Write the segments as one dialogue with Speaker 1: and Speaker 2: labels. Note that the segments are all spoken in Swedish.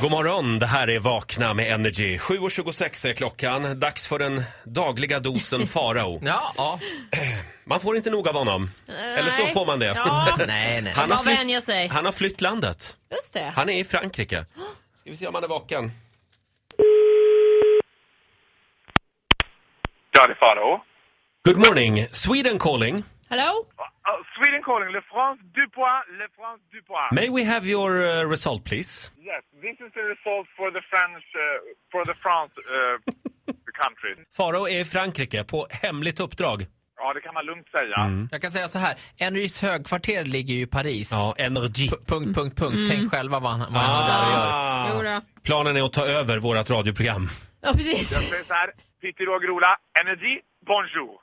Speaker 1: God morgon, det här är Vakna med Energy. 7.26 är klockan. Dags för den dagliga dosen Farao.
Speaker 2: Ja, ja.
Speaker 1: Man får inte nog av honom. Eller så
Speaker 3: Nej.
Speaker 1: får man det.
Speaker 3: Ja,
Speaker 2: Nej, nej.
Speaker 1: Han, har
Speaker 3: Man vänjer sig.
Speaker 1: flytt, han har flytt landet.
Speaker 3: just det.
Speaker 1: Han är i Frankrike. Ska vi se om han är vaken.
Speaker 4: Ja, det är Farao.
Speaker 1: Good morning, Sweden calling.
Speaker 3: Hello?
Speaker 4: Uh, Sweden calling, Le France Dupois, Le France Dupois.
Speaker 1: May we have your uh, result please?
Speaker 4: yes, this is the result for the French, uh, for the France uh, country.
Speaker 1: Farao är i Frankrike på hemligt uppdrag.
Speaker 4: Ja, det kan man lugnt säga.
Speaker 1: Mm.
Speaker 2: Jag kan säga så här. Energys högkvarter ligger ju i Paris.
Speaker 1: Ja, energi.
Speaker 2: P- Punkt, punkt, punkt. Tänk själva vad han, vad han har där och gör.
Speaker 3: Jo då.
Speaker 1: Ah! Planen är att ta över vårt radioprogram.
Speaker 3: Ja,
Speaker 4: Jag
Speaker 3: precis.
Speaker 4: säger så här, Pitti Rågrola, Energy, bonjour.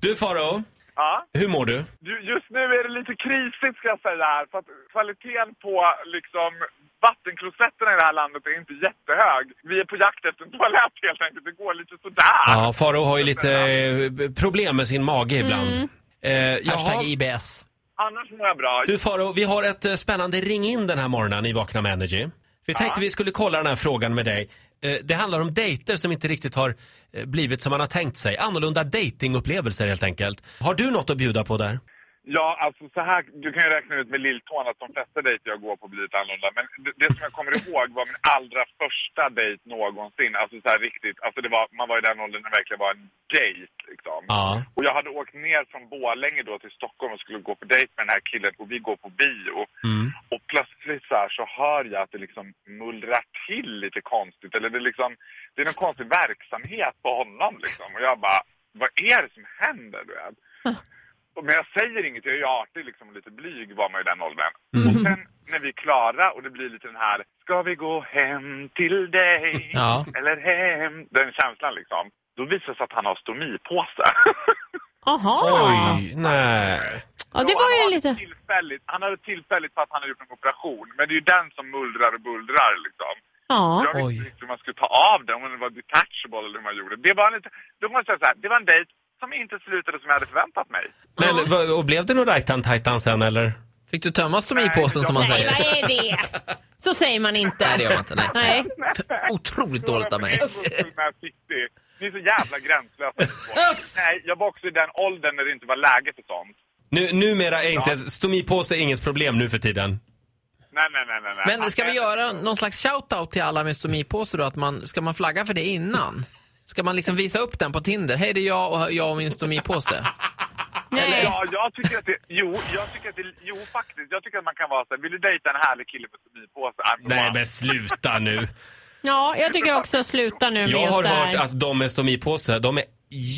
Speaker 1: Du Farao,
Speaker 4: ja,
Speaker 1: hur mår du?
Speaker 4: ju- just nu är det lite krisigt ska jag säga här, för att kvaliteten på liksom vattenklosetterna i det här landet är inte jättehög. Vi är på jakt efter en toalett helt enkelt, det går lite sådär.
Speaker 1: Ja, Farao har ju lite eh, problem med sin mage ibland. Eh, jaha.
Speaker 2: Hashtag IBS.
Speaker 4: Annars mår jag bra.
Speaker 1: Du Faro, vi har ett eh, spännande ring in den här morgonen i Vakna med Energy. Vi tänkte vi skulle kolla den här frågan med dig. Eh, Det handlar om dejter som inte riktigt har eh, blivit som man har tänkt sig. Annorlunda datingupplevelser helt enkelt. Har du något att bjuda på där?
Speaker 4: Ja, alltså så här, du kan ju räkna ut med lilltån att de flesta dejter jag går på blir lite annorlunda. Men det, det som jag kommer ihåg var min allra första dejt någonsin. Alltså så här riktigt, alltså det var, man var i den åldern när det verkligen var en dejt liksom.
Speaker 1: Ja.
Speaker 4: Och jag hade åkt ner från Borlänge då till Stockholm och skulle gå på dejt med den här killen och vi går på bio. Och plötsligt så här så hör jag att det liksom mullrar till lite konstigt. Eller det är liksom, det är någon konstig verksamhet på honom liksom. Och jag bara, vad är det som händer du vet? Och- Men jag säger inget, jag är ju artig liksom, och lite blyg var man ju i den åldern.
Speaker 2: Mm.
Speaker 4: Och sen när vi är klara och det blir lite den här, ska vi gå hem till dig?
Speaker 2: Ja.
Speaker 4: Eller hem? Den känslan liksom. Då visar det sig att han har stomipåse.
Speaker 3: Aha.
Speaker 1: Oj, nej.
Speaker 3: Ja, det
Speaker 4: Så
Speaker 3: var
Speaker 4: han
Speaker 3: ju
Speaker 4: har
Speaker 3: lite...
Speaker 4: Tillfälligt, han hade tillfälligt för att han hade gjort en operation. Men det är ju den som mullrar och bullrar liksom.
Speaker 3: Ja.
Speaker 4: Jag visste
Speaker 2: Oj.
Speaker 4: inte hur man skulle ta av den, om den var detachable eller hur man gjorde. Det var lite, då måste jag säga så här, det var en dejt som inte slutade som jag hade förväntat mig.
Speaker 1: Men vad- och blev det någon rajtan tajtan sen eller?
Speaker 2: Fick du tömma stomipåsen som man
Speaker 3: Nej,
Speaker 2: säger?
Speaker 3: vad är det? Så säger man inte.
Speaker 2: Nej, det gör man inte. Nej.
Speaker 3: Nej.
Speaker 2: Otroligt dåligt av mig.
Speaker 4: Jag var på en gång med City. Ni är så jävla gränslösa. Nej, jag var också i den åldern när det inte var läge för sånt.
Speaker 1: Nu, numera är inte stomipåse inget problem nu för tiden.
Speaker 4: Nej, nej, nej, nej. nej.
Speaker 2: Men ska vi göra någon slags shoutout till alla med stomipåse då? Att man, ska man flagga för det innan? Ska man liksom visa upp den på Tinder? Hej, det är jag och jag och min stomipåse.
Speaker 3: Nej.
Speaker 4: Ja, jag tycker att det... Jo, jag tycker att det... Jo, faktiskt. Jag tycker att man kan vara så här, vill du dejta en härlig kille med stomipåse?
Speaker 1: Nej men sluta nu.
Speaker 3: Ja, jag tycker också sluta nu med
Speaker 1: Jag har
Speaker 3: just det
Speaker 1: hört
Speaker 3: här.
Speaker 1: att de med stomipåse, de är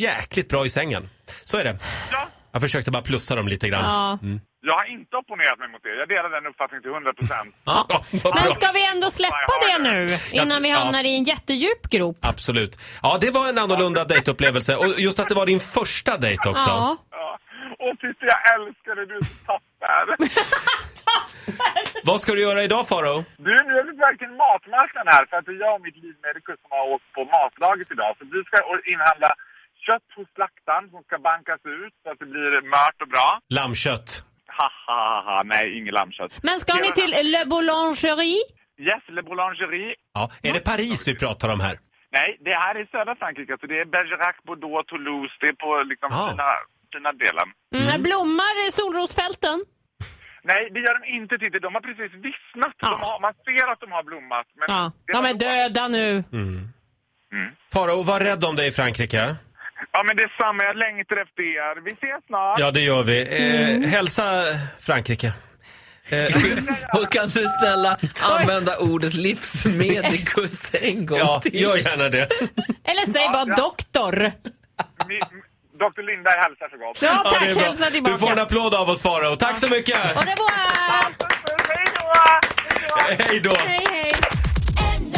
Speaker 1: jäkligt bra i sängen. Så är det.
Speaker 4: Ja.
Speaker 1: Jag försökte bara plussa dem lite grann.
Speaker 3: Ja.
Speaker 4: Jag har inte opponerat mig mot det. Jag delar den uppfattningen till 100 procent.
Speaker 1: Ja, vad bra.
Speaker 3: Men ska vi ändå släppa det nu innan vi hamnar i en jättedjup grop?
Speaker 1: Absolut. Ja, det var en annorlunda dejtupplevelse. Och just att det var din första dejt också.
Speaker 3: Ja.
Speaker 4: Ja. Och Titti, jag älskar dig. Du är så tapper.
Speaker 1: Vad ska du göra idag, Faro?
Speaker 4: Du, nu är vi på väg till matmarknaden här för att det är jag och mitt livmedikus som har åkt på matlaget idag. Så vi ska inhandla kött hos slaktaren som ska bankas ut så att det blir mört och bra.
Speaker 1: Lammkött.
Speaker 4: Ha, ha, ha, ha. nej, inget lammkött.
Speaker 3: Men ska ni till Le Boulangerie?
Speaker 4: Yes, Le Boulangerie.
Speaker 1: Ja. Är det Paris vi pratar om här?
Speaker 4: Nej, det här är södra Frankrike. Så det är Bergerac, Bordeaux, Toulouse. Det är på liksom
Speaker 1: Ah.
Speaker 4: fina, fina delen.
Speaker 3: Mm. Blommar solrosfälten?
Speaker 4: Nej, det gör de inte, Titti. De har precis vissnat.
Speaker 3: Ja.
Speaker 4: De har, man ser att de har blommat. Men
Speaker 3: Ja,
Speaker 4: det
Speaker 3: de
Speaker 4: var
Speaker 3: är
Speaker 4: då-
Speaker 3: döda nu.
Speaker 1: Mm. Faro, var rädd om dig i Frankrike.
Speaker 4: Ja, men det är samma. Jag längtar efter er. Vi ses snart.
Speaker 1: Ja, det gör vi. Eh,
Speaker 3: Mm.
Speaker 1: Hälsa Frankrike. Eh,
Speaker 2: Och kan du snälla använda ordet livsmedikus en gång
Speaker 1: ja,
Speaker 2: till?
Speaker 1: gör gärna det.
Speaker 3: Eller säg bara
Speaker 4: ja.
Speaker 3: doktor.
Speaker 4: Mi, m- Dr. Linda hälsar så gott.
Speaker 3: Ja
Speaker 1: Ja,
Speaker 3: tack,
Speaker 1: det är bra.
Speaker 3: hälsa tillbaka.
Speaker 1: Du får en applåd av oss, Faro. Tack så mycket!
Speaker 3: Och det var...
Speaker 4: Hej då! Hej då!
Speaker 1: Hej då!
Speaker 3: Hej hej.